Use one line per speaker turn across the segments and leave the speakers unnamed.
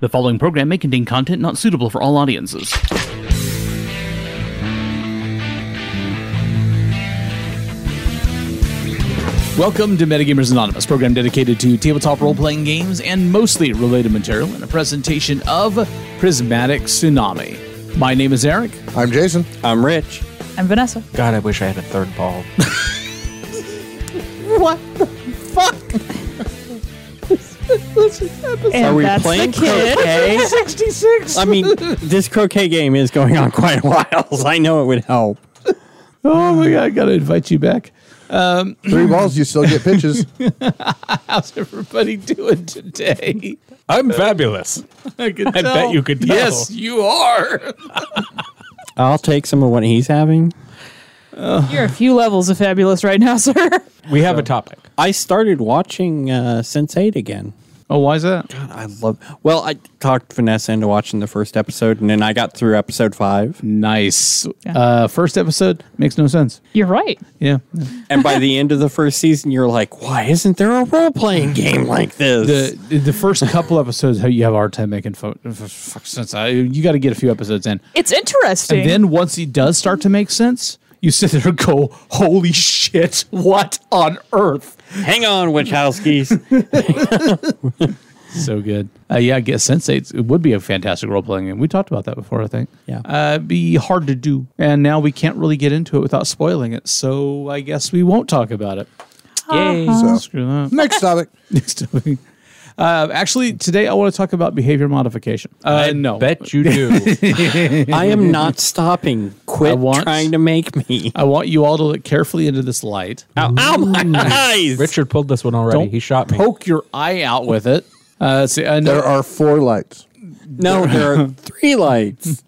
The following program may contain content not suitable for all audiences.
Welcome to Metagamers Anonymous, a program dedicated to tabletop role playing games and mostly related material and a presentation of Prismatic Tsunami. My name is Eric.
I'm Jason.
I'm rich.
I'm Vanessa.
God, I wish I had a third ball.
What the fuck? this is episode
And
Are we
that's
playing
the kid.
croquet?
66.
I mean, this croquet game is going on quite a while. so I know it would help.
Oh my God, I gotta invite you back.
Three balls, you still get pitches.
How's everybody doing today?
I'm fabulous.
I, could
I bet you could tell.
Yes, you are.
I'll take some of what he's having.
You're a few levels of fabulous right now, sir.
We have a topic.
I started watching uh, Sense Eight again.
Oh, why is that?
I love. Well, I talked Vanessa into watching the first episode, and then I got through episode five.
Mm.
Nice.
Yeah.
Uh, first episode makes no sense.
You're right.
Yeah.
And by the end of the first season, you're like, "Why isn't there a role playing game like this?"
The the first couple episodes, how you have a hard time making fo- f- fuck sense. I, you got to get a few episodes in.
It's interesting.
And then once he does start to make sense, you sit there and go, "Holy shit! What on earth?"
Hang on, Wachowskis.
So good. Uh, yeah, I guess Sense eight it would be a fantastic role playing game. We talked about that before, I think.
Yeah.
uh, it'd be hard to do, and now we can't really get into it without spoiling it. So I guess we won't talk about it. Yay! Screw that.
Next topic.
Next topic. Uh, actually, today I want to talk about behavior modification. Uh, no,
Bet you do.
I am not stopping. Quit
want-
trying to make me.
I want you all to look carefully into this light.
Ow, ow my
Mm.
eyes!
Richard pulled this one already.
Don't
he shot me.
Poke your eye out with it. Uh, let's see, I know
There are four lights.
No, there are three lights.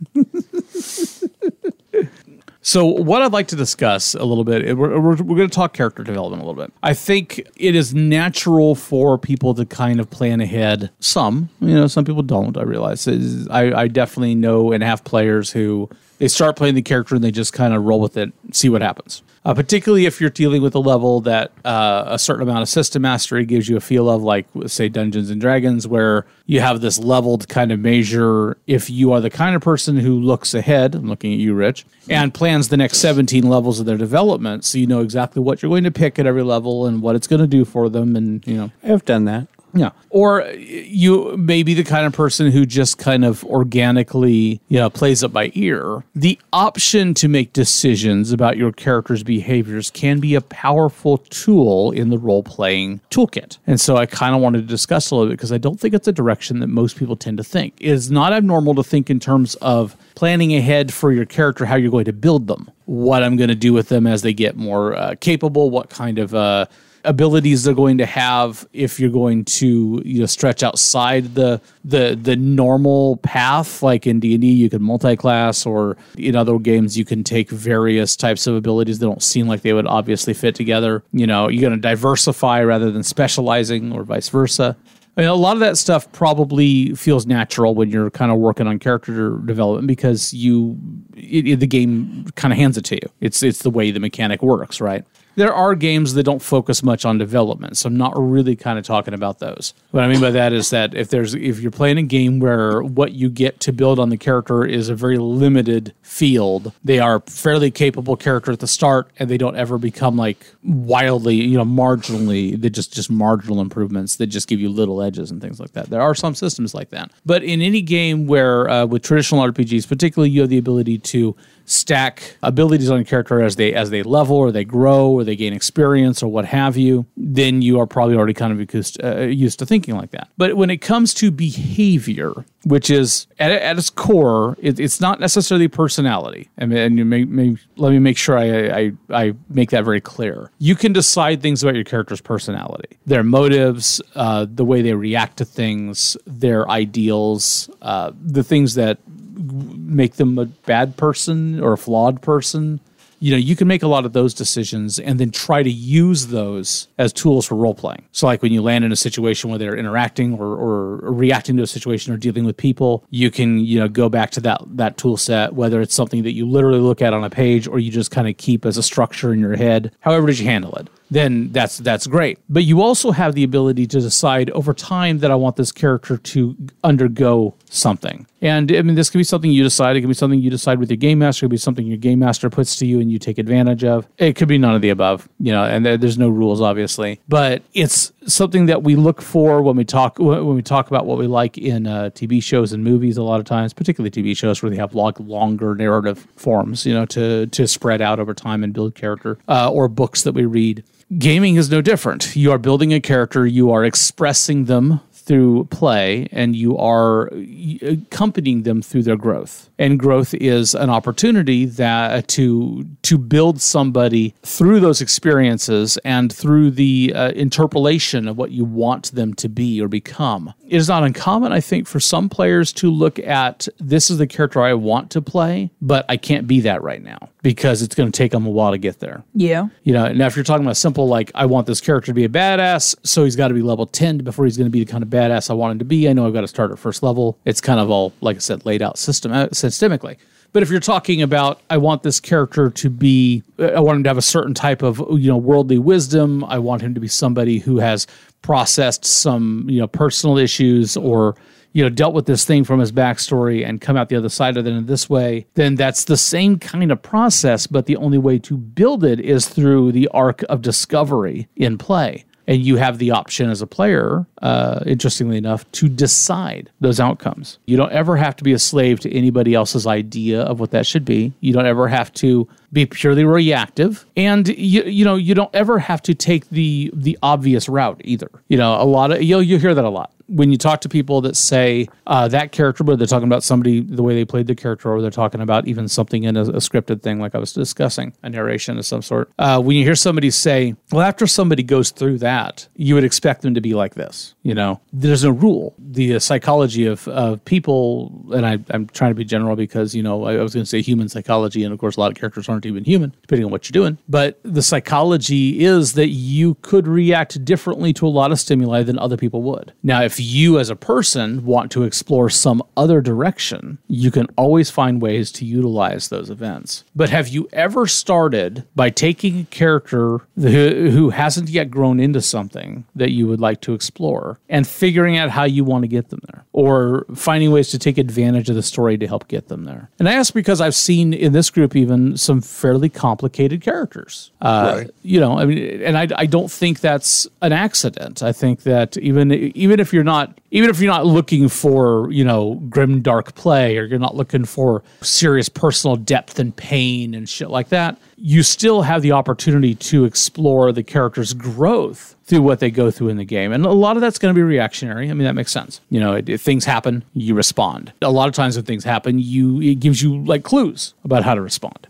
So, what I'd like to discuss a little bit, we're, we're, we're going to talk character development a little bit. I think it is natural for people to kind of plan ahead. Some, you know, some people don't, I realize. It is- I, I definitely know and have players who they start playing the character and they just kind of roll with it, see what happens. Uh, particularly if you're dealing with a level that uh, a certain amount of system mastery gives you a feel of, like, say, Dungeons and Dragons, where you have this level to kind of measure if you are the kind of person who looks ahead, I'm looking at you, Rich, and plans the next 17 levels of their development. So you know exactly what you're going to pick at every level and what it's going to do for them. And, you know,
I've done that.
yeah. Or uh, you may be the kind of person who just kind of organically, you know, plays it by ear. The option to make decisions about your character's behaviors can be a powerful tool in the role playing toolkit. And so I kind of wanted to discuss a little bit because I don't think it's a direction that most people tend to think. It is not abnormal to think in terms of planning ahead for your character, how you're going to build them, what I'm going to do with them as they get more uh, capable, what kind of, uh, abilities they're going to have if you're going to you know stretch outside the the the normal path like in D&D you can multi-class or in other games you can take various types of abilities that don't seem like they would obviously fit together you know you're going to diversify rather than specializing or vice versa I mean, a lot of that stuff probably feels natural when you're kind of working on character development because you it, it- the game kind of hands it to you. It's it's the way the mechanic works, right? There are games that don't focus much on development, so I'm not really kind of talking about those. What I mean by that is that if there's if you're playing a game where what you get to build on the character is a very limited field, they are fairly capable character at the start, and they don't ever become like wildly, you know, marginally. They just just marginal improvements that just give you little edges and things like that. There are some systems like that, but in any game where uh, with traditional RPGs, particularly, you have the ability to stack abilities on a character as they as they level or they grow or they gain experience or what have you then you are probably already kind of used, uh, used to thinking like that but when it comes to behavior which is at, at its core it, it's not necessarily personality and, and you may, may, let me make sure I, I, I make that very clear you can decide things about your character's personality their motives uh, the way they react to things their ideals uh, the things that make them a bad person or a flawed person. You know, you can make a lot of those decisions and then try to use those as tools for role playing. So, like when you land in a situation where they're interacting or, or reacting to a situation or dealing with people, you can, you know, go back to that that tool set, whether it's something that you literally look at on a page or you just kind of keep as a structure in your head, however did you handle it. then that's that's great. But you also have the ability to decide over time that I want this character to undergo something. And I mean, this could be something you decide. It could be something you decide with your game master. It could be something your game master puts to you and you take advantage of. It could be none of the above, you know. And there- there's no rules, obviously. But it's something that we look for when we talk when when we talk about what we like in uh, TV shows and movies. A lot of times, particularly TV shows where they have like longer narrative forms, you know, to to spread out over time and build character, uh, or books that we read. Gaming is no different. You are building a character. You are expressing them through play and you are y- accompanying them through their growth and growth is an opportunity that uh, to to build somebody through those experiences and through the uh, interpolation of what you want them to be or become it is not uncommon i think for some players to look at this is the character i want to play but i can't be that right now because it's going to take them a while to get there
Yeah.
you know, now if you're talking about simple, like I want this character to be a badass, so he's got to be level 10 before he's going to be the kind of badass I want him to be. I know I've got to start at first level. It's kind of all, like I said, laid out system uh, systemically. But if you're talking about, I want this character to be, uh, I want him to have a certain type of, you know, worldly wisdom. I want him to be somebody who has processed some, you know, personal issues or, you know, dealt with this thing from his backstory and come out the other side of it in this way, then that's the same kind of process, but the only way to build it is through the arc of discovery in play. And you have the option as a player, uh, interestingly enough, to decide those outcomes. You don't ever have to be a slave to anybody else's idea of what that should be. You don't ever have to be purely reactive and you, you know you don't ever have to take the the obvious route either you know a lot of you'll you hear that a lot when you talk to people that say uh, that character whether they're talking about somebody the way they played the character or they're talking about even something in a, a scripted thing like i was discussing a narration of some sort uh, when you hear somebody say well after somebody goes through that you would expect them to be like this you know there's no rule the uh, psychology of, of people and I, i'm trying to be general because you know i, I was going to say human psychology and of course a lot of characters aren't even human depending on what you're doing but the psychology is that you could react differently to a lot of stimuli than other people would now if you as a person want to explore some other direction you can always find ways to utilize those events but have you ever started by taking a character who, who hasn't yet grown into something that you would like to explore and figuring out how you want to get them there or finding ways to take advantage of the story to help get them there. And I ask because I've seen in this group even some fairly complicated characters. Uh,
Right.
You know, I mean, and I, I don't think that's an accident. I think that even even if you're not even if you're not looking for you know grim dark play or you're not looking for serious personal depth and pain and shit like that, you still have the opportunity to explore the character's growth through what they go through in the game. And a lot of that's going to be reactionary. I mean, that makes sense. You know, it, if things happen, you respond. A lot of times when things happen, you it gives you like clues about how to respond.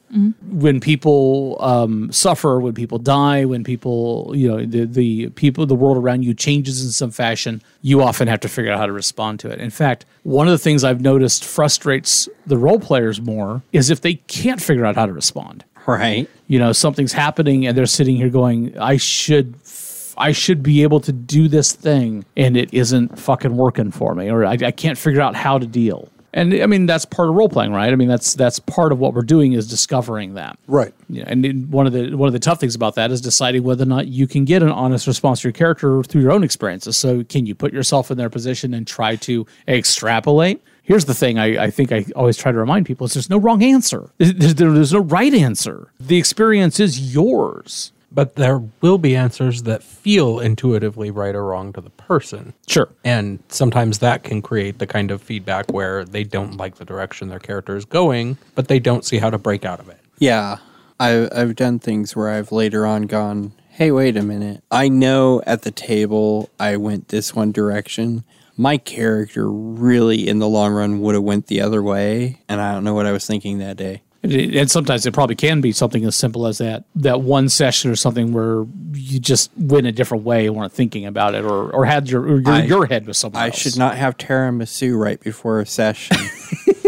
When people um, suffer, when people die, when people, you know, the, the people, the world around you changes in some fashion, you often have to figure out how to respond to it. In fact, one of the things I've noticed frustrates the role players more is if they can't figure out how to respond
Right.
you know something's happening and they're sitting here going i should f- i should be able to do this thing and it isn't fucking working for me or i, I can't figure out how to deal and i mean that's part of role playing right i mean that's that's part of what we're doing is discovering that
Right.
you know, and in- one of the one of the tough things about that is deciding whether or not you can get an honest response to your character through your own experiences. So, can you put yourself in their position and try to extrapolate? Here's the thing I, I think I always try to remind people is there's no wrong answer. There's, there- there's no right answer. The experience is yours.
But there will be answers that feel intuitively right or wrong to the person.
Sure.
And sometimes that can create the kind of feedback where they don't like the direction their character is going, but they don't see how to break out of it.
Yeah. I, I've done things where I've later on gone, hey, wait a minute. I know at the table I went this one direction. My character really, in the long run, would have went the other way. And I don't know what I was thinking that day.
And, it- and sometimes it probably can be something as simple as that that one session or something where you just went a different way and weren't thinking about it or, or had your or your,
I-
your head with someone
I
else.
should not have tiramisu right before a session.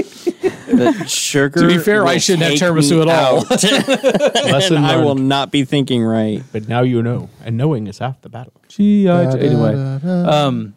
the sugar.
To be fair, I
will
shouldn't have
take
tiramisu
me
at all.
out,
Lesson
and I will not be thinking right.
But now you know, and knowing is half the battle.
G.I. Joe. Anyway, um,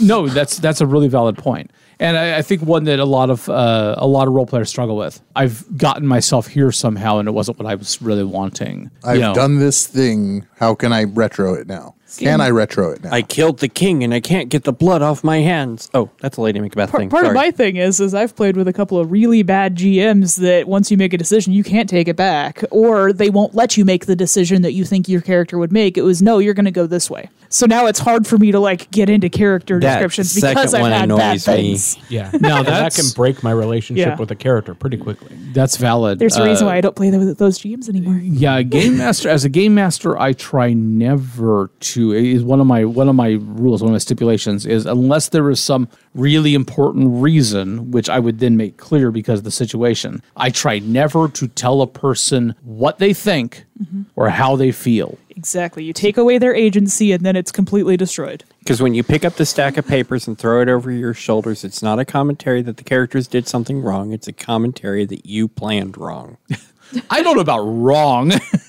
no, that's that's a really valid point. and I, I think one that a lot of uh, a lot of role players struggle with. I've gotten myself here somehow, and it wasn't what I was really wanting.
I've
You know,
done this thing. How can I retro it now? Can I retro it now?
I killed the king and I can't get the blood off my hands. Oh, that's a Lady Macbeth
Part,
thing.
part of
Sorry.
my thing is, is I've played with a couple of really bad GMs that once you make a decision, you can't take it back, or they won't let you make the decision that you think your character would make. It was no, you're going to go this way. So now it's hard for me to like get into character
That
descriptions
second
because I've
one
had bad
annoys me.
things.
Yeah. No, that
that's-
can break my relationship
Yeah.
with a character pretty quickly.
that's valid.
There's a
Uh,
reason why I don't play with those GMs anymore.
Yeah, game master. As a game master, I try never to. it Is one of my one of my rules, one of my stipulations is unless there is some really important reason, which I would then make clear because of the situation. I try never to tell a person what they think or how they feel.
Exactly. You take away their agency, and then it's completely destroyed.
Because when you pick up the stack of papers and throw it over your shoulders, it's not a commentary that the characters did something wrong. It's a commentary that you planned wrong.
I don't know about wrong.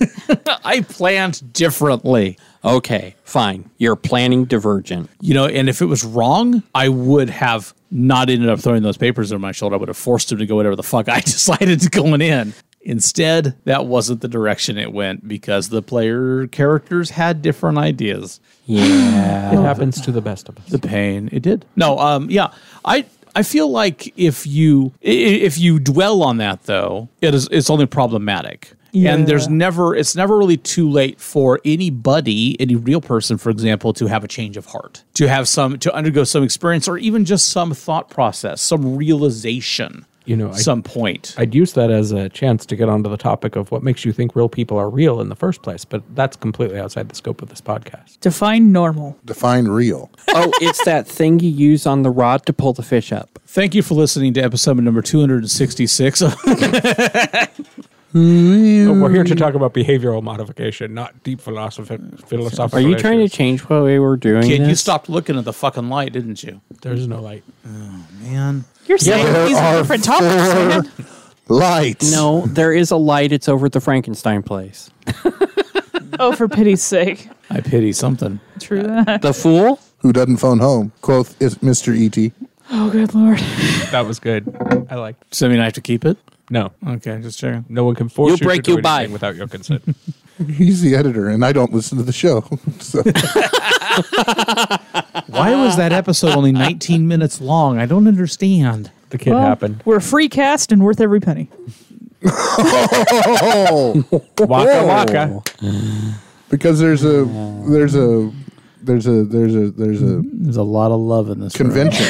I planned differently.
okay, fine. You're planning divergent.
You know, and if it was wrong, I would have not ended up throwing those papers over my shoulder. I would have forced him to go whatever the fuck I decided to going in. Instead, that wasn't the direction it went because the player characters had different ideas.
Yeah.
It happens to the best of us.
The pain it did. No, um, yeah, I I feel like if you i- i- if you dwell on that though, it is it's only problematic. And there's
Yeah.
never it's never really too late for anybody, any real person, for example, to have a change of heart, to have some to undergo some experience or even just some thought process, some realization.
You know, I-
some point.
I'd use that as a chance to get onto the topic of what makes you think real people are real in the first place, but that's completely outside the scope of this podcast.
Define normal.
Define real.
oh, it's that thing you use on the rod to pull the fish up.
Thank you for listening to episode number 266 of
But we're here to talk about behavioral modification, not deep philosophy. Philosophical
Are you trying to
issues.
change what we were doing?
Kid, you
this?
stopped looking at the fucking light, didn't you?
There's no light.
Man.
You're saying
there
these
are
are different topics. man.
Lights.
No, there is a light. It's over at the Frankenstein place.
Oh, for pity's sake.
I pity something.
True that.
The fool?
Who doesn't phone home? Quoth is E Mr. E.T.
Oh, good lord.
That was good. I liked.
Does that mean I have to keep it?
No,
Okay, just checking.
no one can force
You'll
you to
break
do
your
anything
bite.
without your consent.
He's the editor, and I don't listen to the show. So
Why was that episode only 19 minutes long? I don't understand.
the kid
Well,
happened.
We're a free cast and worth every penny.
Waka waka.
because there's a there's a there's a there's a there's a
There's a lot of love in this
convention.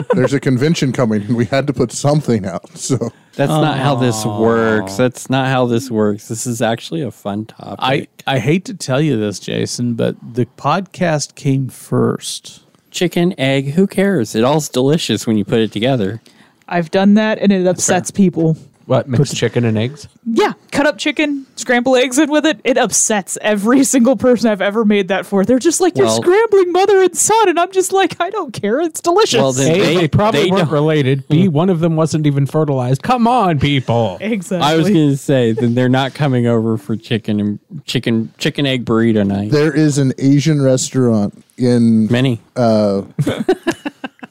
there's a convention coming, and we had to put something out. So
That's not how this works. That's not how this works. This is actually a fun topic.
I, I hate to tell you this, Jason, but the podcast came first.
Chicken, egg, who cares? It all's delicious when you put it together.
I've done that and it upsets people.
What mixed chicken and eggs?
Yeah, cut up chicken, scramble eggs in with it. It upsets every single person I've ever made that for. They're just like, you're
Well-
scrambling mother and son. And I'm just like, I don't care. It's delicious.
Well, then-
A,
They-
they, probably
they
weren't
don't-
related. B, one of them wasn't even fertilized. Come on, people.
exactly.
I was going to say, then they're not coming over for chicken and chicken, chicken egg burrito night.
there is an Asian restaurant in
Many.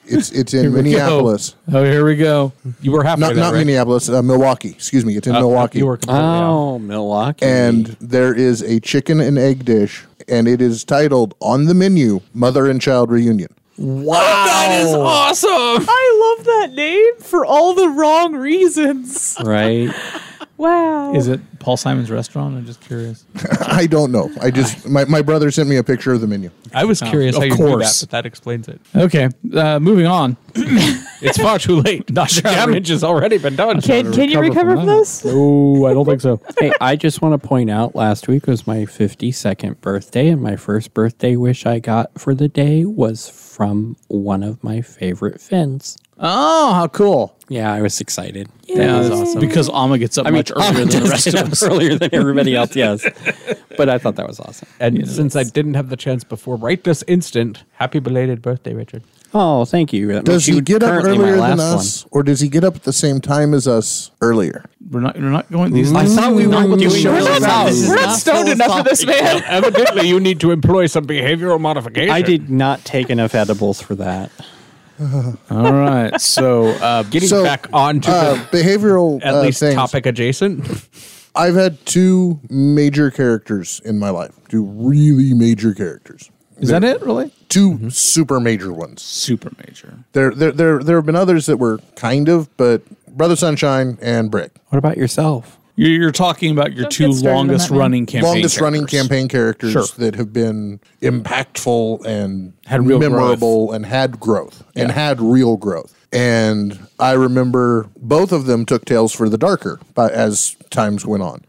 it's it's in Minneapolis,
Oh, here we go.
You were halfway
not
there,
not
right?
Minneapolis, uh, Milwaukee. Excuse me, it's in Milwaukee.
You were completely off.
oh, Milwaukee.
and there is a chicken and egg dish, and it is titled on the menu "Mother and Child Reunion."
awesome.
I love that name for all the wrong reasons.
Right?
Wow.
Is it Paul Simon's restaurant? I'm just curious.
I don't know. I just my, my brother sent me a picture of the menu.
I was curious
of
how you knew that,
course.
but that explains it.
Okay, uh, moving on.
It's far too late. Dr. Damage has already been done.
can can you recover from this?
Oh, I don't think so.
hey, I just want to point out last week was my 52nd birthday, and my first birthday wish I got for the day was from one of my favorite Finns.
Oh, how cool.
Yeah, I was excited.
Yeah, that's awesome. Because Alma gets up much earlier
Tom
than the
does
rest
get
of
up
us.
earlier than everybody else, yes. But I thought that was awesome.
And since I didn't have the chance before, right this instant, happy belated birthday, Richard.
Oh, thank you. That
Does
makes
he
you
get up
currently my
earlier than
last
us, or does he get up at the same time as us earlier?
We're not, we're not going these
I thought we were
with the
doing
show. We're
this. No,
not-
this is
We're not
not
stoned enough for this, man.
Evidently, you need to employ some behavioral modification.
I did not take enough edibles for that.
All right. So, uh,
Getting
So,
back onto
Uh,
the
behavioral
at
uh,
least
things.
topic adjacent.
I've had two major characters in my life, two really major characters,
is that it? Really?
2
Mm-hmm.
super major ones.
Super major.
There, there, there, there have been others that were kind of, but Brother Sunshine and Brick,
What about yourself?
You're, you're talking about your
Don't
two
get started on that,
longest
man.
running campaign
longest running
characters.
campaign characters
Sure.
that have been impactful and
Had real
memorable and had growth and had real growth. And I remember both of them took Tales for the Darker by, as times went on.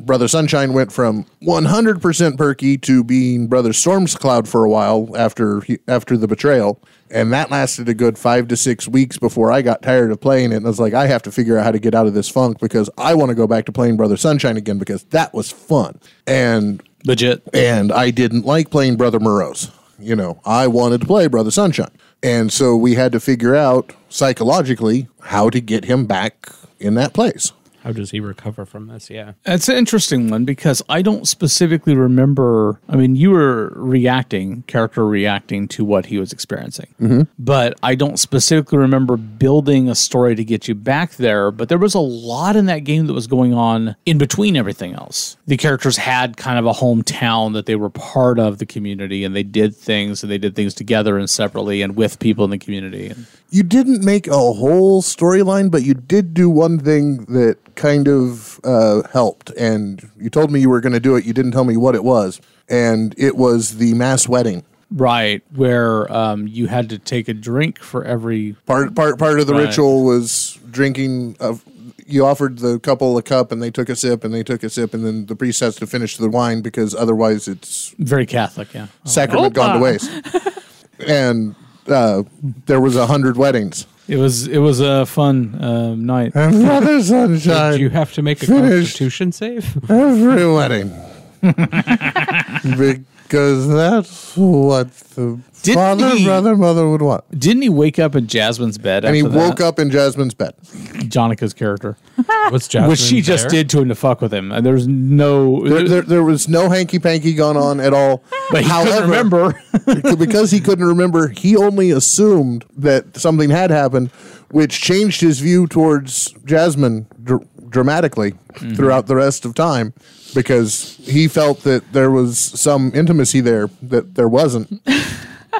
Brother Sunshine went from 100% perky to being Brother Storm's cloud for a while after he, after the betrayal, and that lasted a good 5 to 6 weeks before I got tired of playing it and I was like I have to figure out how to get out of this funk because I want to go back to playing Brother Sunshine again because that was fun. And
Legit.
and I didn't like playing Brother Morose. You know, I wanted to play Brother Sunshine. And so we had to figure out psychologically how to get him back in that place.
How does he recover from this? Yeah.
That's an interesting one because I don't specifically remember. I mean, you were reacting, character reacting to what he was experiencing. But I don't specifically remember building a story to get you back there. But there was a lot in that game that was going on in between everything else. The characters had kind of a hometown that they were part of the community and they did things and they did things together and separately and with people in the community. And
You didn't make a whole storyline, but you did do one thing that kind of uh, helped. And you told me you were going to do it. You didn't tell me what it was. And it was the mass wedding.
right. Where um, you had to take a drink for every
Part part part of the
Right.
ritual was drinking of you offered the couple a cup and they took a sip and they took a sip and then the priest has to finish the wine because otherwise it's
very Catholic. Yeah.
sacrament gone to waste. and uh, there was a hundred weddings.
It was it was a fun um, night.
And Brother
Do
Sunshine,
you have to make a
Finished.
constitution save?
every wedding. because that's what the
Didn't
father,
he-
brother, mother would want.
Didn't he wake up in Jasmine's bed?
And he
after
woke
that?
up in Jasmine's bed.
Jonica's character,
Was Jasmine
which she just
there?
did to him to fuck with him, and there's no.
There, there, there was no hanky panky going on at all.
but he couldn't remember.
Beca- because he couldn't remember, he only assumed that something had happened, which changed his view towards Jasmine dr- dramatically throughout the rest of time because he felt that there was some intimacy there that there wasn't.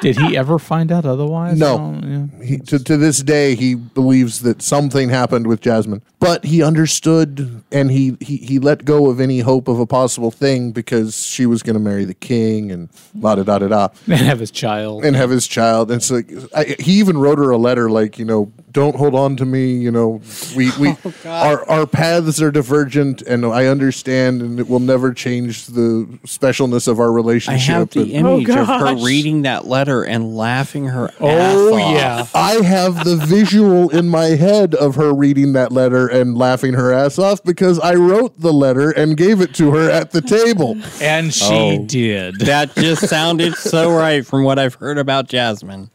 did he ever find out otherwise?
No.
I don't- yeah.
He, to, to this day, he believes that something happened with Jasmine, but he understood and he, he, he let go of any hope of a possible thing because she was going to marry the king and la da da da da.
and have his child.
and have his child. And so I, he even wrote her a letter, like you know, don't hold on to me. You know, we we
Oh,
our our paths are divergent, and I understand, and it will never change the specialness of our
I
relationship.
have the
And
image of her
gosh.
reading that letter and laughing her
oh
ass off.
yeah,
I have the visual in my head of her reading that letter and laughing her ass off because I wrote the letter and gave it to her at the table.
and she did.
That just sounded so right from what I've heard about Jasmine.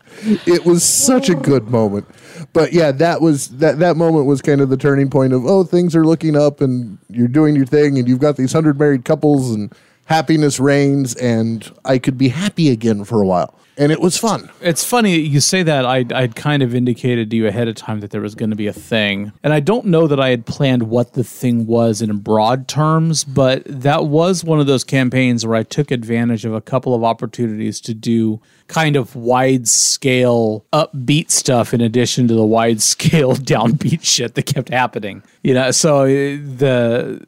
it was such a good moment. But yeah, that was that that moment was kind of the turning point of oh, things are looking up and you're doing your thing and you've got these 100 married couples and happiness reigns and I could be happy again for a while. And it was fun.
It's funny that you say that. I I'd kind of indicated to you ahead of time that there was going to be a thing, and I don't know that I had planned what the thing was in broad terms, but that was one of those campaigns where I took advantage of a couple of opportunities to do kind of wide scale upbeat stuff in addition to the wide scale downbeat shit that kept happening. You know, so uh, the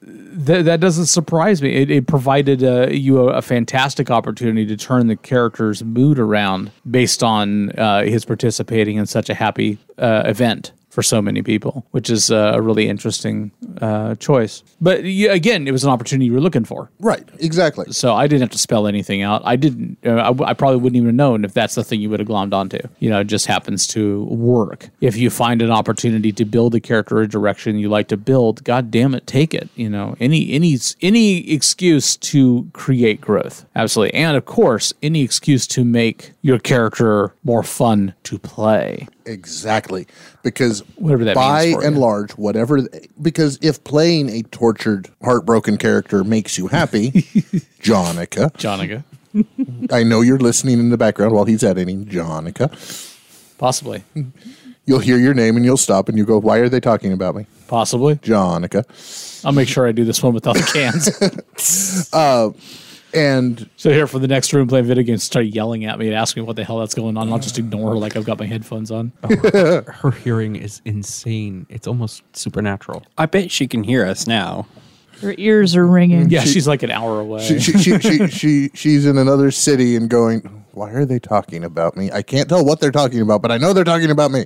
th- that doesn't surprise me. It, it provided uh, you a, a fantastic opportunity to turn the character's mood around based on uh, his participating in such a happy uh, event for so many people, which is uh, a really interesting uh, choice. But y again, it was an opportunity you were looking for.
Right. Exactly.
So I didn't have to spell anything out. I didn't. Uh, I, w- I probably wouldn't even have known if that's the thing you would have glommed onto. You know, it just happens to work. If you find an opportunity to build a character or direction you like to build, god damn it, take it. You know, any any s- any excuse to create growth, absolutely, and of course, any excuse to make your character more fun to play.
Exactly. Because
Whatever that
by
means for
and
you.
large, whatever because if playing a tortured, heartbroken character makes you happy, Jonica,
Jonica.
I know you're listening in the background while he's editing, Jonica.
Possibly.
You'll hear your name and you'll stop and you go, Why are they talking about me?
Possibly.
Jonica.
I'll make sure I do this one without the cans.
And
so here from the next room playing video games, start yelling at me and asking what the hell that's going on. and I'll just ignore her like I've got my headphones on.
Her hearing is insane. It's almost supernatural.
I bet she can hear us now.
Her ears are ringing.
Yeah, she's like an hour away.
she, she, she, she, she, she's in another city and going, Why are they talking about me? I can't tell what they're talking about, but I know they're talking about me.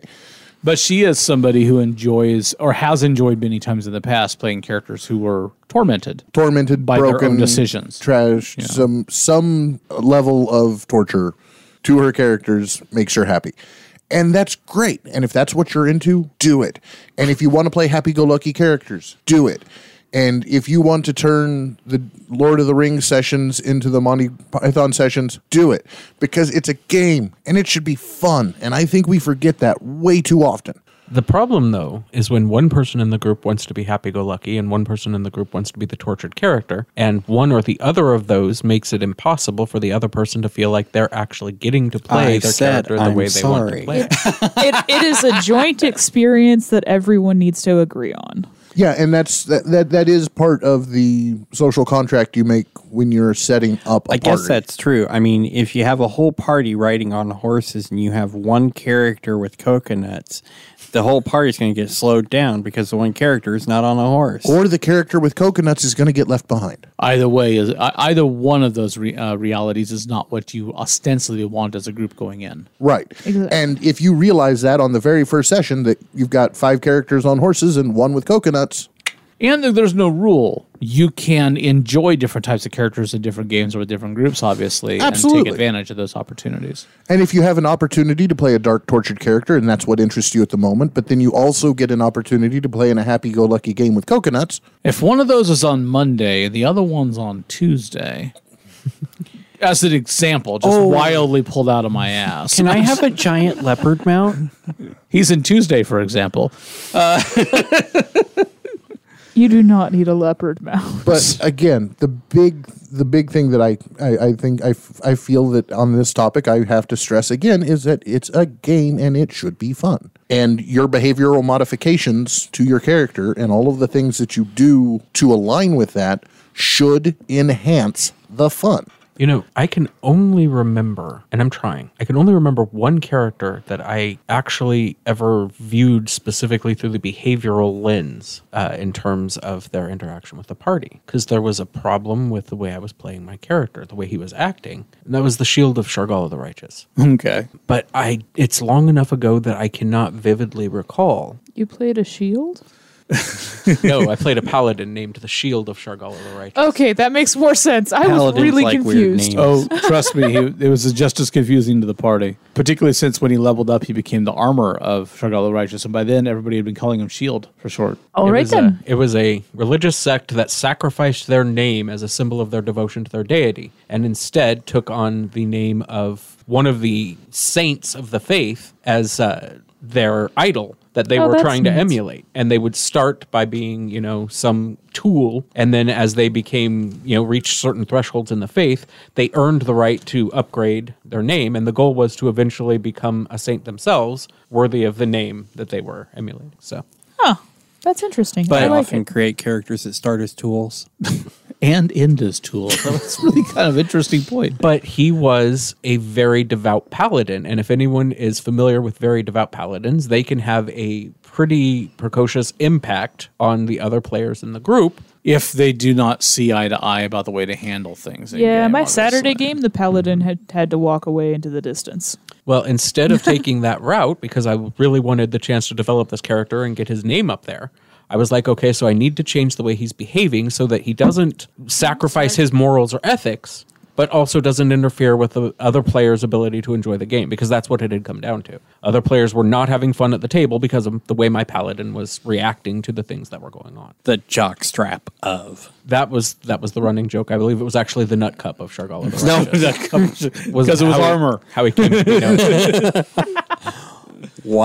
But she is somebody who enjoys or has enjoyed many times in the past playing characters who were tormented.
Tormented,
By their own
broken
decisions.
trashed. Some some level of torture to her characters makes her happy. And that's great. And if that's what you're into, do it. And if you want to play happy go lucky characters, do it. And if you want to turn the Lord of the Rings sessions into the Monty Python sessions, do it because it's a game and it should be fun. And I think we forget that way too often.
The problem, though, is when one person in the group wants to be happy go lucky and one person in the group wants to be the tortured character, and one or the other of those makes it impossible for the other person to feel like they're actually getting to play
I
their
said
character the
I'm
way they want
sorry.
to play. it.
it, it is a joint experience that everyone needs to agree on.
Yeah, and that's that, that that is part of the social contract you make when you're setting up a
I guess
party.
that's true. I mean, if you have a whole party riding on horses and you have one character with coconuts, the whole party's going to get slowed down because the one character is not on a horse.
or the character with coconuts is going to get left behind.
Either way, is I- either one of those re, uh, realities is not what you ostensibly want as a group going in.
Right. And if you realize that on the very first session that you've got five characters on horses and one with coconuts,
And there- there's no rule. You can enjoy different types of characters in different games or with different groups, obviously, and
Absolutely.
take advantage of those opportunities.
and if you have an opportunity to play a dark tortured character and that's what interests you at the moment, but then you also get an opportunity to play in a happy go lucky game with coconuts,
If one of those is on Monday and the other one's on Tuesday, as an example, just wildly pulled out of my ass.
Can I have a giant leopard mount?
He's in Tuesday, for example.
You do not need a leopard mouth.
But again, the big the big thing that I, I, I think I, f- I feel that on this topic I have to stress again is that it's a game and it should be fun. And your behavioral modifications to your character and all of the things that you do to align with that should enhance the fun.
You know, I can only remember, and I'm trying, I can only remember one character that I actually ever viewed specifically through the behavioral lens uh, in terms of their interaction with the party. Because there was a problem with the way I was playing my character, the way he was acting, and that was the Shield of Shargala the Righteous.
Okay.
But I, it's long enough ago that I cannot vividly recall.
You played a shield?
No, I played a paladin named the Shield of Shargala the Righteous.
Okay, that makes more sense. I was
Paladins
really
like weird
confused.
names.
Oh, trust me, he, it was just as confusing to the party, particularly since when he leveled up, he became the armor of Shargal the Righteous, and by then everybody had been calling him Shield E for short.
All
It
Oh, right
was a-
uh,
then.
it was a religious sect that sacrificed their name as a symbol of their devotion to their deity and instead took on the name of one of the saints of the faith as uh, their idol that they
Oh,
were
that's
trying to
nice.
emulate. And they would start by being, you know, some tool. And then as they became, you know, reached certain thresholds in the faith, they earned the right to upgrade their name. And the goal was to eventually become a saint themselves, worthy of the name that they were emulating. So.
Huh. That's interesting.
But
I
I
like
often
it.
create characters that start as tools.
And end his tool. That's really kind of interesting point.
but he was a very devout paladin. And if anyone is familiar with very devout paladins, they can have a pretty precocious impact on the other players in the group.
If they do not see eye to eye about the way to handle things. in
Yeah,
game,
my
obviously.
Saturday game, the paladin had, had to walk away into the distance.
Well, instead of taking that route, because I really wanted the chance to develop this character and get his name up there, I was like, okay, so I need to change the way he's behaving so that he doesn't sacrifice his morals or ethics, but also doesn't interfere with the other players' ability to enjoy the game, because that's what it had come down to. Other players were not having fun at the table because of the way my paladin was reacting to the things that were going on.
The jockstrap of.
That was that was the running joke. I believe it was actually the nut cup of Shargala. the
No,
Righteous.
because it was
how he-
armor.
how he came to be known.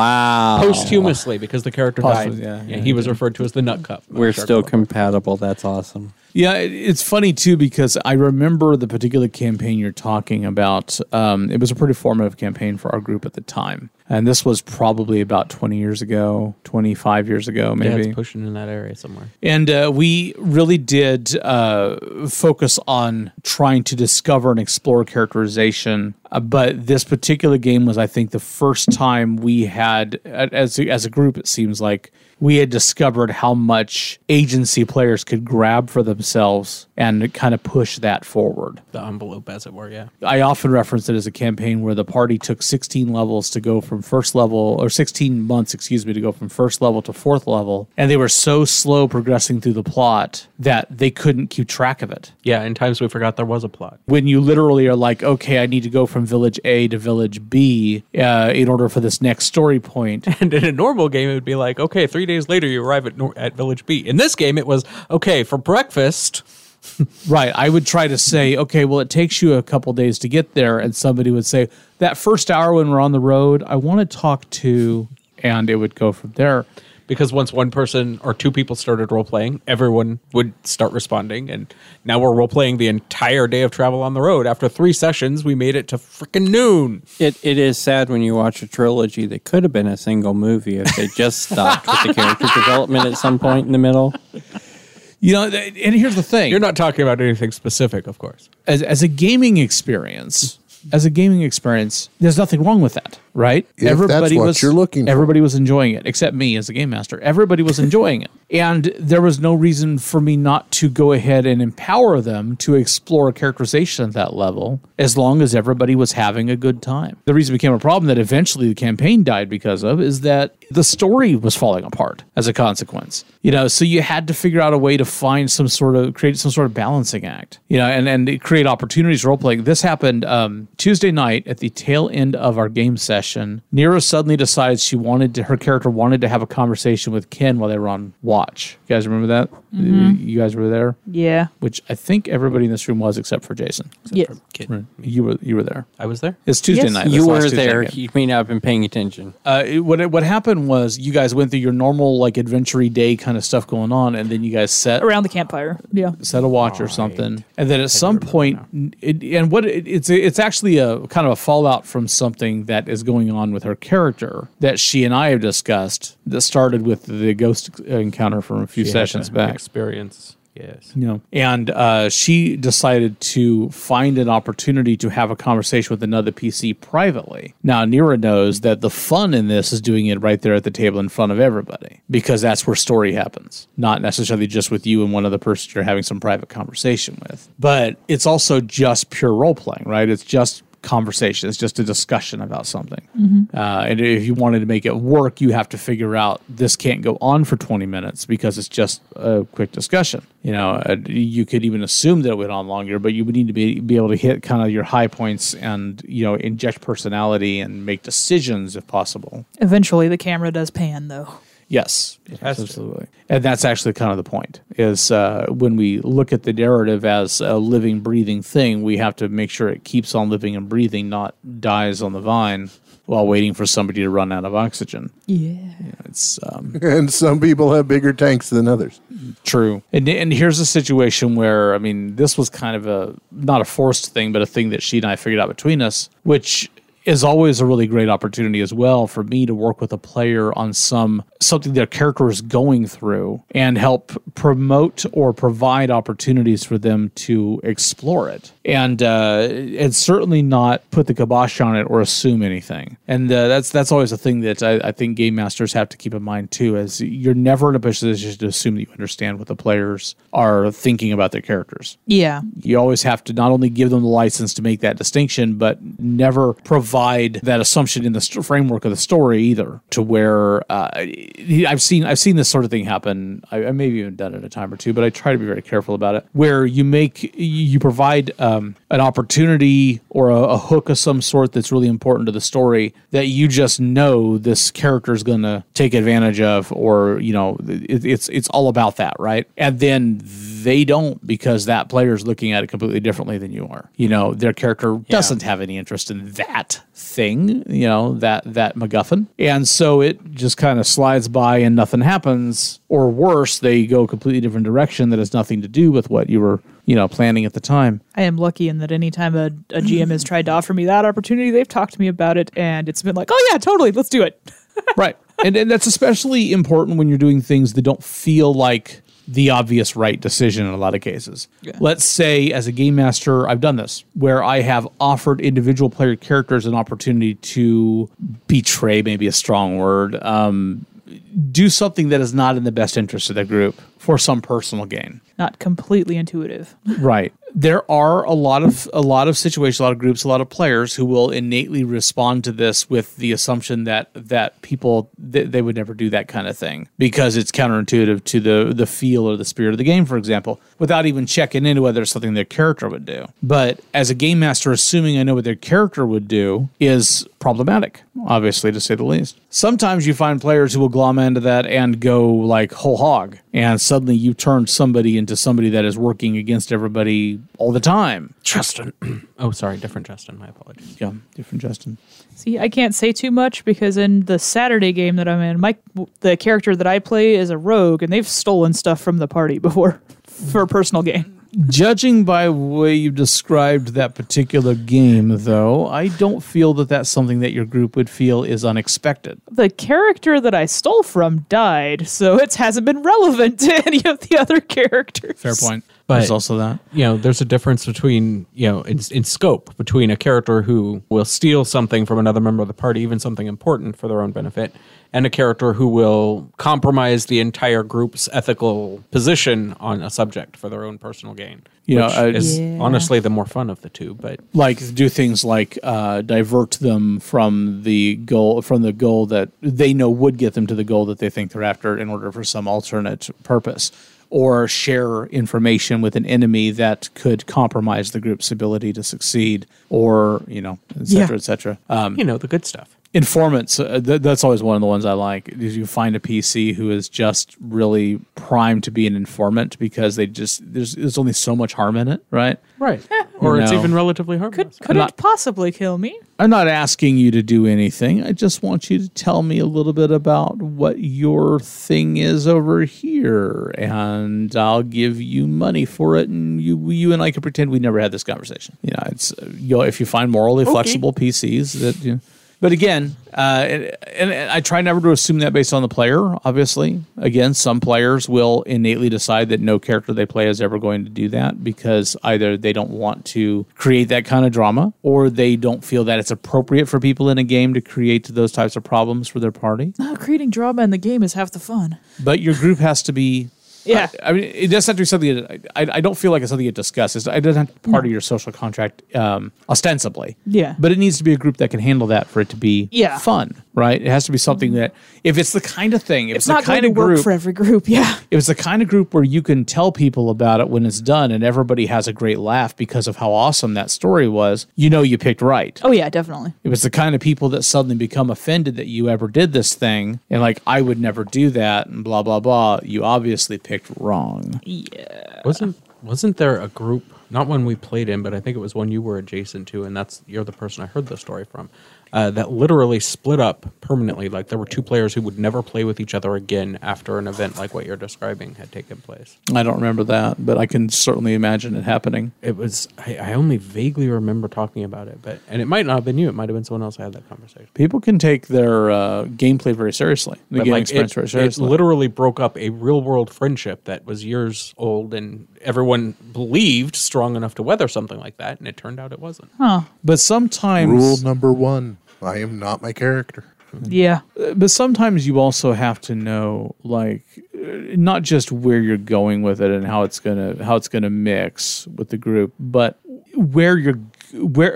Wow.
posthumously because the character died.
Posthumously, yeah,
yeah,
yeah,
he was referred to as the Nut Cup.
We're still compatible. That's awesome.
Yeah, it- it's funny too because I remember the particular campaign you're talking about. Um, it was a pretty formative campaign for our group at the time, and this was probably about 20 years ago, 25 years ago,
yeah,
maybe.
it's pushing in that area somewhere.
and uh, we really did uh, focus on trying to discover and explore characterization. Uh, but this particular game was, I think, the first time we had, a- as a, as a group, it seems like we had discovered how much agency players could grab for themselves and kind of push that forward.
The envelope, as it were. Yeah,
I often reference it as a campaign where the party took 16 levels to go from first level, or 16 months, excuse me, to go from first level to fourth level. And they were so slow progressing through the plot that they couldn't keep track of it.
yeah. In times we forgot there was a plot.
When you literally are like, okay, I need to go from village A to village B uh, in order for this next story point.
And in a normal game, it would be like, okay, three days later you arrive at nor- at Village B. In this game, it was okay for breakfast.
Right. I would try to say, okay, well, it takes you a couple days to get there. And somebody would say, that first hour when we're on the road, I want to talk to, and it would go from there.
Because once one person or two people started role playing, everyone would start responding. And now we're role playing the entire day of travel on the road. After three sessions, we made it to freaking noon.
It it is sad when you watch a trilogy that could have been a single movie if they just stopped with the character development at some point in the middle.
You know, th- and here's the thing:
You're not talking about anything specific, of course.
as as a gaming experience. As a gaming experience, there's nothing wrong with that, right?
that's what
was
you're looking for.
Everybody was enjoying it, except me as a game master. Everybody was enjoying it, and there was no reason for me not to go ahead and empower them to explore characterization at that level, as long as everybody was having a good time. The reason it became a problem that eventually the campaign died because of is that the story was falling apart as a consequence. You know, so you had to figure out a way to find some sort of create some sort of balancing act. You know, and and create opportunities role playing. This happened um, Tuesday night at the tail end of our game session. Nero suddenly decides she wanted to, her character wanted to have a conversation with Ken while they were on watch. You guys remember that?
Mm-hmm.
You guys were there,
Yeah.
which I think everybody in this room was except for Jason.
Yeah.
You were you were there.
I was there.
It's Tuesday
Yes.
night.
That's
you
this last
were
Tuesday
there.
night.
You may not have been paying attention.
Uh, it, what it- what happened was you guys went through your normal like adventure day kind of stuff going on, and then you guys set
Around the campfire. Yeah.
set a watch or something, and then at some point, it, and what it, it's it's actually a kind of a fallout from something that is going on with her character that she and I have discussed that started with the ghost encounter from a few sessions back.
Experience. Yes.
You know, and uh, she decided to find an opportunity to have a conversation with another PC privately. Now, Nira knows that the fun in this is doing it right there at the table in front of everybody because that's where story happens, not necessarily just with you and one other person you're having some private conversation with. But it's also just pure role playing, right? It's just conversation. It's just a discussion about something. Uh, and if you wanted to make it work, you have to figure out this can't go on for 20 minutes because it's just a quick discussion. You know, uh, you could even assume that it went on longer, but you would need to be, be able to hit kind of your high points and, you know, inject personality and make decisions if possible.
Eventually, the camera does pan, though.
Yes,
has to.
absolutely. And that's actually kind of the point is uh, when we look at the narrative as a living, breathing thing, we have to make sure it keeps on living and breathing, not dies on the vine while waiting for somebody to run out of oxygen.
Yeah.
It's um,
And some people have bigger tanks than others.
True. And and here's a situation where I mean, this was kind of a not a forced thing, but a thing that she and I figured out between us, which is always a really great opportunity as well for me to work with a player on some something their character is going through and help promote or provide opportunities for them to explore it and uh, and certainly not put the kibosh on it or assume anything. And uh, that's that's always a thing that I, I think game masters have to keep in mind too. Is you're never in a position to assume that you understand what the players are thinking about their characters.
Yeah.
You always have to not only give them the license to make that distinction, but never provide that assumption in the st- framework of the story either. To where uh, I've seen I've seen this sort of thing happen. I, I maybe even done it a time or two, but I try to be very careful about it. Where you make you provide um, an opportunity or a, a hook of some sort that's really important to the story that you just know this character is going to take advantage of, or you know it, it's it's all about that, right? And then they don't because that player's looking at it completely differently than you are. You know, their character doesn't have any interest in that thing, you know, that that MacGuffin. And so it just kind of slides by and nothing happens. Or worse, they go a completely different direction that has nothing to do with what you were, you know, planning at the time.
I am lucky in that anytime a, a GM has tried to offer me that opportunity, they've talked to me about it and it's been like, oh, yeah, totally, let's do it.
right. And, and that's especially important when you're doing things that don't feel like the obvious right decision in a lot of cases. Let's say, as a game master, I've done this where I have offered individual player characters an opportunity to betray, maybe a strong word, um, do something that is not in the best interest of the group for some personal gain.
Not completely intuitive.
Right. There are a lot of a lot of situations, a lot of groups, a lot of players who will innately respond to this with the assumption that that people th- they would never do that kind of thing because it's counterintuitive to the the feel or the spirit of the game, for example, without even checking into whether it's something their character would do. But as a game master, assuming I know what their character would do is problematic, obviously to say the least. Sometimes you find players who will glom into that and go like whole hog, and suddenly you turn somebody into somebody that is working against everybody all the time.
Justin. oh, sorry, different Justin. My apologies.
Yeah, different Justin.
See, I can't say too much because in the Saturday game that I'm in, my the character that I play is a rogue, and they've stolen stuff from the party before for personal gain.
Judging by the way you described that particular game, though, I don't feel that that's something that your group would feel is unexpected.
The character that I stole from died, so it hasn't been relevant to any of the other characters.
Fair point.
But-
There's also that.
You know, there's a difference between you know in, in scope between a character who will steal something from another member of the party, even something important for their own benefit, and a character who will compromise the entire group's ethical position on a subject for their own personal gain.
You know,
which
I-
is
Yeah.
honestly the more fun of the two. But
like do things like uh, divert them from the goal from the goal that they know would get them to the goal that they think they're after in order for some alternate purpose or share information with an enemy that could compromise the group's ability to succeed or you know et cetera
Yeah.
et cetera um,
you know, the good stuff.
informants uh, th- that's always one of the ones i like is you find a pc who is just really primed to be an informant because they just there's, there's only so much harm in it right
Right. or it's
No.
even relatively harmless.
Couldn't possibly kill me.
I'm not asking you to do anything. I just want you to tell me a little bit about what your thing is over here, and I'll give you money for it. And you, you and I can pretend we never had this conversation. You know, it's uh, you know, if you find morally flexible PCs that. You but again, uh, and, and I try never to assume that based on the player. Obviously, again, some players will innately decide that no character they play is ever going to do that because either they don't want to create that kind of drama, or they don't feel that it's appropriate for people in a game to create those types of problems for their party.
No, creating drama in the game is half the fun.
But your group has to be.
Yeah.
I, I mean, it doesn't have to be something. That, I, I don't feel like it's something you discuss. It's, it doesn't have to be part of your social contract, um, ostensibly.
Yeah.
But it needs to be a group that can handle that for it to be
Yeah. Mm-hmm.
fun, right? It has to be something that, if it's the kind of thing, if it's,
It's not
the kind
going
of
to work
group,
for every group. Yeah.
if it's the kind of group where you can tell people about it when it's done and everybody has a great laugh because of how awesome that story was, you know you picked right
Oh yeah, definitely.
it was the kind of people that suddenly become offended that you ever did this thing and like i would never do that and blah blah blah you obviously picked wrong
Wasn't wasn't there a group? Not one we played in, but I think it was one you were adjacent to, and that's you're the person I heard the story from. Uh, that literally split up permanently. Like there were two players who would never play with each other again after an event like what you're describing had taken place.
i don't remember that but i can certainly imagine it happening
It was I, I only vaguely remember talking about it, but and it might not have been you. It might have been someone else I had that conversation.
people can take their uh, gameplay very seriously the
But,
game
like,
experience
it,
very
it
seriously
literally broke up a real world friendship that was years old, and everyone believed strong enough to weather something like that, and it turned out it wasn't.
but sometimes
Rule number one I am not my character.
Yeah.
but sometimes you also have to know like uh, not just where you're going with it and how it's going to how it's going to mix with the group but where you're where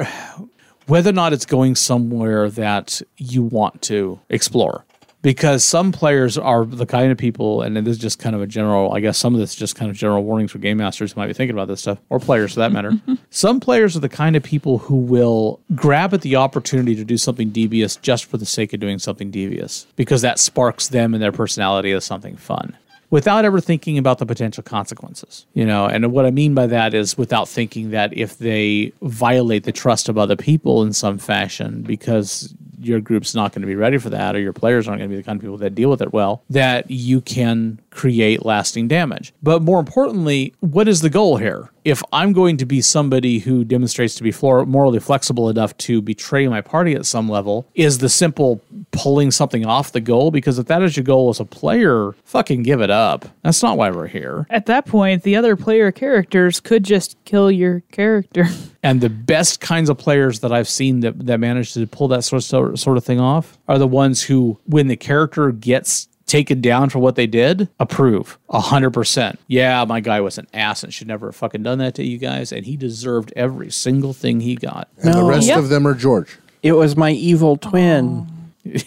whether or not it's going somewhere that you want to explore because some players are the kind of people and this is just kind of a general i guess some of this is just kind of general warnings for game masters who might be thinking about this stuff or players for that matter some players are the kind of people who will grab at the opportunity to do something devious just for the sake of doing something devious because that sparks them and their personality as something fun without ever thinking about the potential consequences. You know, and what I mean by that is without thinking that if they violate the trust of other people in some fashion because your group's not going to be ready for that or your players aren't going to be the kind of people that deal with it well, that you can create lasting damage. But more importantly, what is the goal here? If I'm going to be somebody who demonstrates to be flor- morally flexible enough to betray my party at some level, is the simple pulling something off the goal? Because if that is your goal as a player, fucking give it up. That's not why we're here.
At that point, the other player characters could just kill your character.
And the best kinds of players that I've seen that, that manage to pull that sort of, sort of thing off are the ones who, when the character gets taken down for what they did, approve 100%. Yeah, my guy was an ass and should never have fucking done that to you guys. And he deserved every single thing he got.
And the
No.
rest
Yep.
of them are George.
It was my evil twin.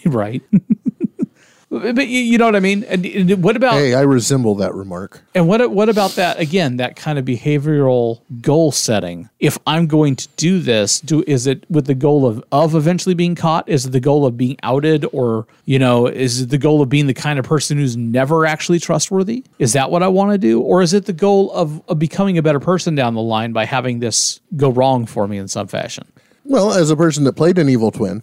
right. But but you, you know what I mean. And, and what about
Hey, I resemble that remark.
And what what about that again? That kind of behavioral goal setting. If I'm going to do this, do is it with the goal of of eventually being caught? Is it the goal of being outed, or you know, is it the goal of being the kind of person who's never actually trustworthy? Is that what I want to do, or is it the goal of, of becoming a better person down the line by having this go wrong for me in some fashion?
Well, as a person that played an evil twin,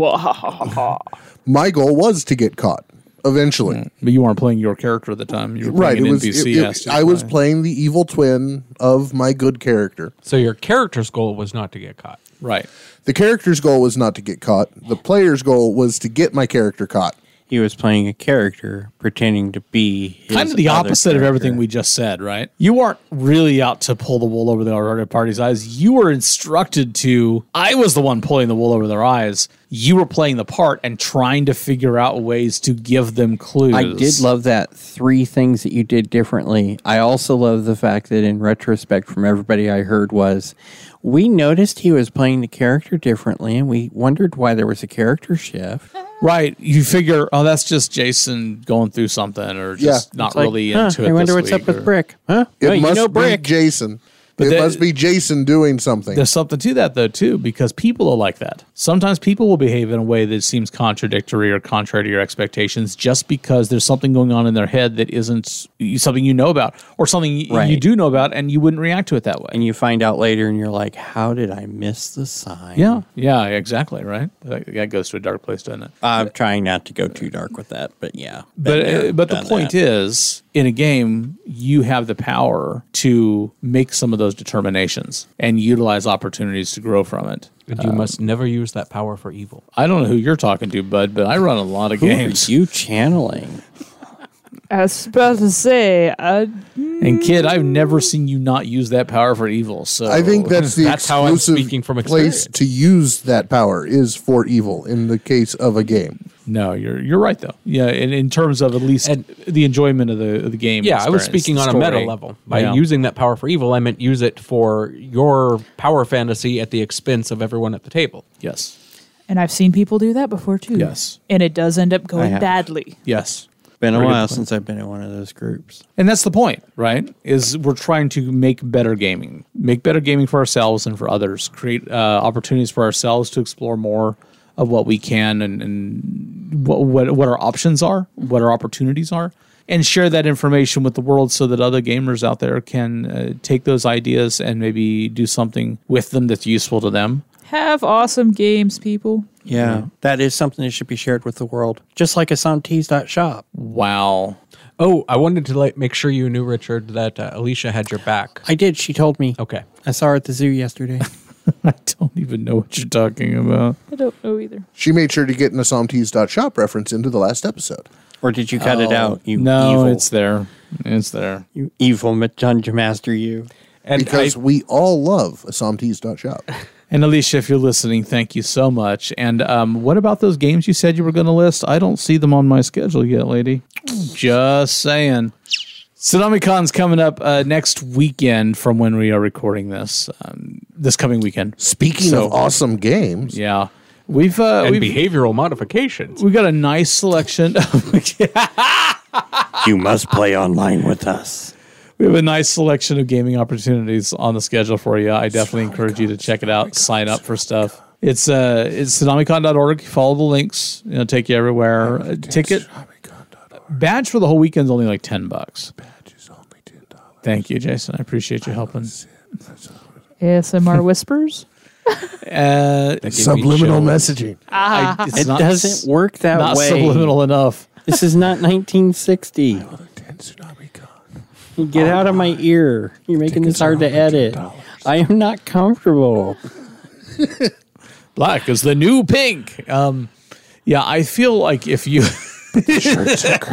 Wah-ha-ha-ha-ha.
my goal was to get caught eventually.
But you weren't playing your character at the time. You were
Right. It
playing an
was,
NPC.
it- it-
as to
I was
play.
playing the evil twin of my good character.
So your character's goal was not to get caught.
right.
The character's goal was not to get caught. The player's goal was to get my character caught.
He was playing a character pretending to be his
kind of the
other
opposite of everything
character.
we just said, right? You aren't really out to pull the wool over the other party's eyes. You were instructed to. I was the one pulling the wool over their eyes. You were playing the part and trying to figure out ways to give them clues.
I did love that three things that you did differently. I also love the fact that in retrospect from everybody I heard was we noticed he was playing the character differently and we wondered why there was a character shift.
right. You figure, oh, that's just Jason going through something, or just
Yeah.
not
Like,
really
huh,
into it.
I wonder
this
what's
week,
up
or-
with Brick. Huh?
It
Well, you
must
know
be
Brick.
Jason. it
that-
must be Jason doing something.
There's something to that though too, because people are like that. Sometimes people will behave in a way that seems contradictory or contrary to your expectations, just because there's something going on in their head that isn't something you know about, or something y- you
Right.
do know about, and you wouldn't react to it that way.
and you find out later and you're like, how did I miss the sign?
yeah, yeah, exactly, right. That, that goes to a dark place, doesn't it?
I'm trying not to go too dark with that, but yeah.
but uh, but the point
is,
is in a game you have the power to make some of those determinations and utilize opportunities to grow from it.
And you must never use that power for evil.
I don't know who you're talking to, bud, but I run a lot of
who are
games.
you channeling?
I was about to say, uh,
And kid, I've never seen you not use that power for evil. So
I think that's the
That's how I'm
exclusive
speaking from
place
experience.
to use that power is for evil in the case of a game.
no, you're you're right though. Yeah, in, in terms of at least
And-
the enjoyment of the of the game.
Yeah, I was
experience,
speaking
the
on a meta
story.
level. By
Yeah.
using that power for evil, I meant use it for your power fantasy at the expense of everyone at the table.
yes,
and I've seen people do that before too.
Yes.
and it does end up going
have.
badly.
yes,
Been a
good
while
point.
since I've been in one of those groups.
and that's the point, right? Is we're trying to make better gaming, make better gaming for ourselves and for others, create uh, opportunities for ourselves to explore more of what we can and, and what, what what our options are, what our opportunities are, and share that information with the world so that other gamers out there can uh, take those ideas and maybe do something with them that's useful to them.
Have awesome games, people.
Yeah, that is something that should be shared with the world, just like Asantees.shop.
Wow.
Oh, I wanted to like make sure you knew, Richard, that uh, Alicia had your back.
I did. She told me.
Okay.
I saw her at the zoo yesterday.
I don't even know what you're talking about.
I don't know either.
She made sure to get an Asomtees.shop reference into the last episode.
or did you cut it out? You
Oh. no,
evil,
it's there. It's there.
you evil ma- dungeon master, you.
And
Because
I,
we all love Asomtees.shop.
And Alicia, if you're listening, thank you so much. And um, what about those games you said you were going to list? I don't see them on my schedule yet, lady. Just saying. SonamiCon's coming up uh, next weekend from when we are recording this, um, this coming weekend.
Speaking of awesome games,
Yeah. We've, uh,
and
we've,
behavioral modifications.
we've got a nice selection of
You must play online with us.
We have a nice selection of gaming opportunities on the schedule for you. I definitely encourage you to check it out, sign up for stuff. It's uh it's tsunamicon.org. Follow the links, you know, take you everywhere. Uh, ticket Badge for the whole weekend's only like ten bucks. Badge is only ten dollars. Thank you, Jason. I appreciate you helping.
ASMR whispers.
Uh,
Subliminal messaging.
I, it's
It
not
doesn't work that
not
way.
subliminal enough.
This is not 1960. You Get out of my ear. You're making this hard to edit. I am not comfortable.
Black is the new pink. Um, yeah, I feel like if you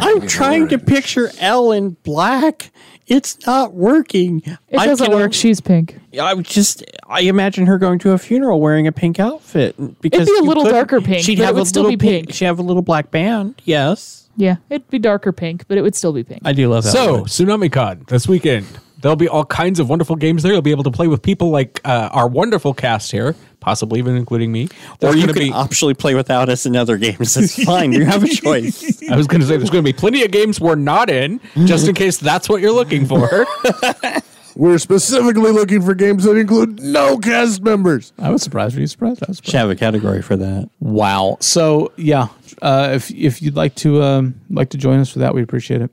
I'm trying to picture Elle in black. It's not working.
It doesn't work. She's pink.
I would just I imagine her going to a funeral wearing a pink outfit because
It'd be a
you
little
couldn't-
darker pink,
She'd
but it
have a
would still
little
be
pink.
pink.
She'd have a little black band. Yes,
Yeah, it'd be darker pink, but it would still be pink.
I do love that.
So,
one.
TsunamiCon this weekend. There'll be all kinds of wonderful games there. You'll be able to play with people like uh, our wonderful cast here, possibly even including me.
or
There's
you
gonna
can optionally play without us in other games. It's fine. You have a choice.
I was going to say there's going to be plenty of games we're not in, just in case that's what you're looking for.
We're specifically looking for games that include no cast members.
I was surprised. Were you surprised? I was surprised.
Should have a category for that.
Wow. So yeah, uh, if if you'd like to um, like to join us for that, we'd appreciate it.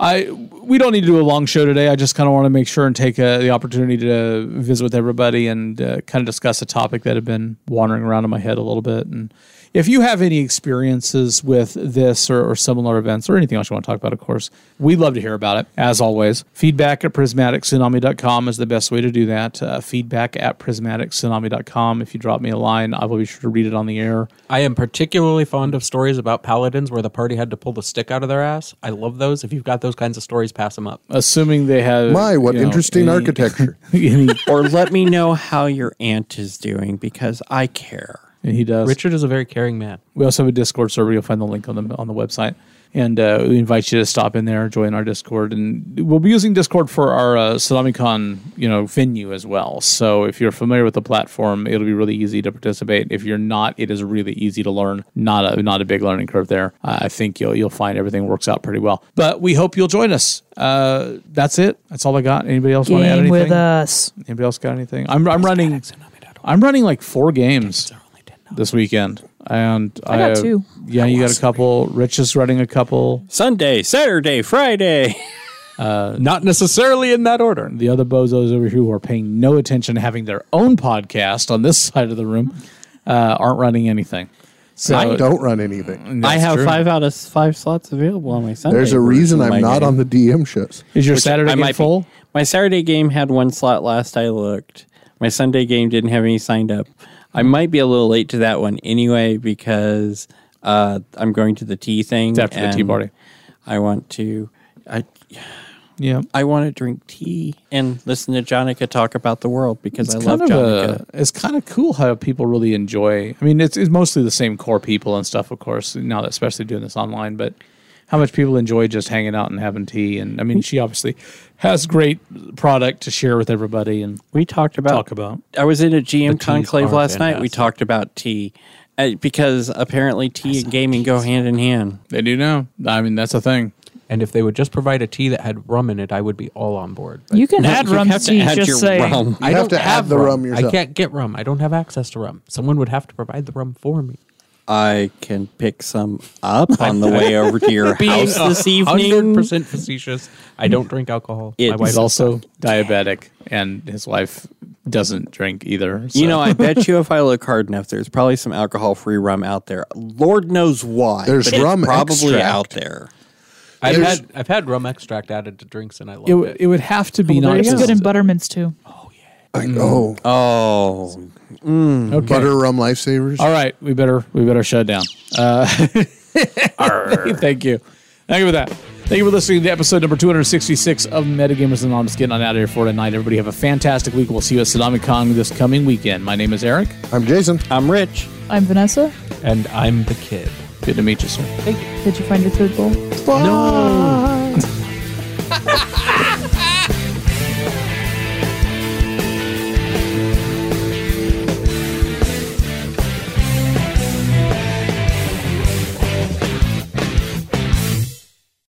I we don't need to do a long show today. I just kind of want to make sure and take uh the opportunity to visit with everybody and uh, kind of discuss a topic that had been wandering around in my head a little bit. And if you have any experiences with this or, or similar events or anything else you want to talk about, of course, we'd love to hear about it. As always, feedback at prismatictsunami.com is the best way to do that. Uh, feedback at prismatictsunami.com. If you drop me a line, I will be sure to read it on the air.
I am particularly fond of stories about paladins where the party had to pull the stick out of their ass. I love those. If you've got those kinds of stories, pass them up.
assuming they have
My, what
you know,
interesting
any-
architecture.
any-
Or let me know how your aunt is doing because I care.
and he does
Richard is a very caring man.
we also have a discord server you'll find the link on the on the website and uh, we invite you to stop in there join our discord and we'll be using discord for our uh, salamicon you know venue as well so if you're familiar with the platform it'll be really easy to participate if you're not it is really easy to learn not a not a big learning curve there uh, i think you'll you'll find everything works out pretty well but we hope you'll join us uh, that's it that's all i got anybody else want to add
Game
anything
with us.
Anybody else got anything? I'm I'm running. I'm running like four games this weekend, and I,
got two.
Yeah, you got a couple. Rich is running a couple. Uh,
Sunday, Saturday, Friday.
Not necessarily in that order.
The other bozos over here who are paying no attention, to having their own podcast on this side of the room, uh, aren't running anything. So Mm-hmm.
I don't run anything.
I have
true.
five out of five slots available on my Sunday.
There's a reason I'm not on the DM shows.
is your Saturday game
might be-
full?
My Saturday game had one slot last I looked. My Sunday game didn't have any signed up. I
Hmm.
might be a little late to that one anyway because uh, I'm going to the tea thing.
It's after the tea
and
party.
I want to. I
Yeah.
I want to drink tea and listen to Jonica talk about the world because I love
kind of
Jonica.
a, it's kind of cool how people really enjoy. I mean, it's, it's mostly the same core people and stuff, of course. Now, that especially doing this online, but how much people enjoy just hanging out and having tea. And I mean, she obviously has great product to share with everybody and
we talked about
talk about.
I was in a GM
teas
conclave
are
last night. We
fantastic.
talked about tea uh, because apparently tea and gaming go hand in hand.
They do now. I mean, that's a thing.
And if they would just provide a tea that had rum in it, I would be all on board. But
You can add
You
rum
have to
tea.
add your
Just say
rum.
You have to add the rum
I
yourself.
can't get rum. I don't have access to rum. Someone would have to provide the rum for me.
I can pick some up on the way over to your house this
Hundred
evening.
percent facetious. I don't drink alcohol.
It
My
is
wife
He's also diabetic, and his wife doesn't drink either.
You
so-
know, I bet you if I look hard enough, there's probably some alcohol-free rum out there. Lord knows why.
There's
but it's
rum
probably
extract.
out there.
I've
There's-
had I've had rum extract added to drinks, and I love
it,
it.
would- it would have to be
Well,
not
it's
just
good in Buttermans too.
I know.
Mm-hmm.
Oh,
okay.
Butter rum lifesavers.
All right, we better we better shut down. Uh, thank you, thank you for that. Thank you for listening to episode number 266 of Metagamers Anonymous. Getting on out of here for tonight. Everybody have a fantastic week. We'll see you at SadamiCon this coming weekend. My name is Eric.
I'm Jason.
I'm rich.
I'm Vanessa.
And I'm the kid.
Good to meet you, sir.
Did you find your third bowl?
No.